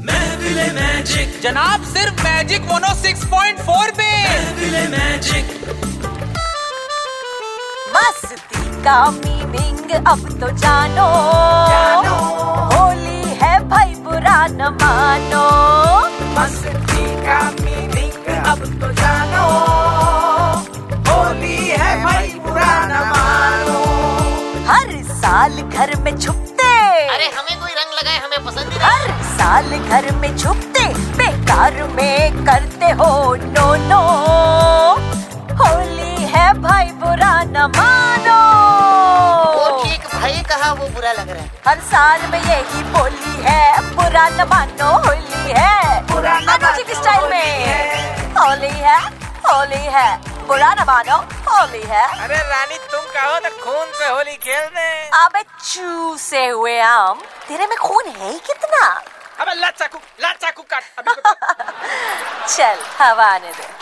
महफिले magic जनाब सिर्फ oh magic mono 6.4 पे महफिले मैजिक मस्ती का मीनिंग अब तो जानो होली है भाई बुरा न मानो मस्ती का मीनिंग अब तो जानो होली है भाई पुराना मानो हर साल घर में छुपते अरे हमें कोई रंग लगाए हमें पसंद ही नहीं हर साल घर में छुपते बेकार में करते हो नो नो होली है भाई बुरा न मानो वो ठीक भाई कहा वो बुरा लग रहा है हर साल में यही बोली है बुरा न मानो होली है बुरा न मानो जी की मानो स्टाइल होली में है। होली है होली है बुरा न मानो होली है अरे रानी तुम कहो तो खून से होली खेल दे अबे चूसे हुए आम तेरे में खून है ही कितना अबे लाचा चाकू लाचा चाकू काट अभी चल हवा आने दे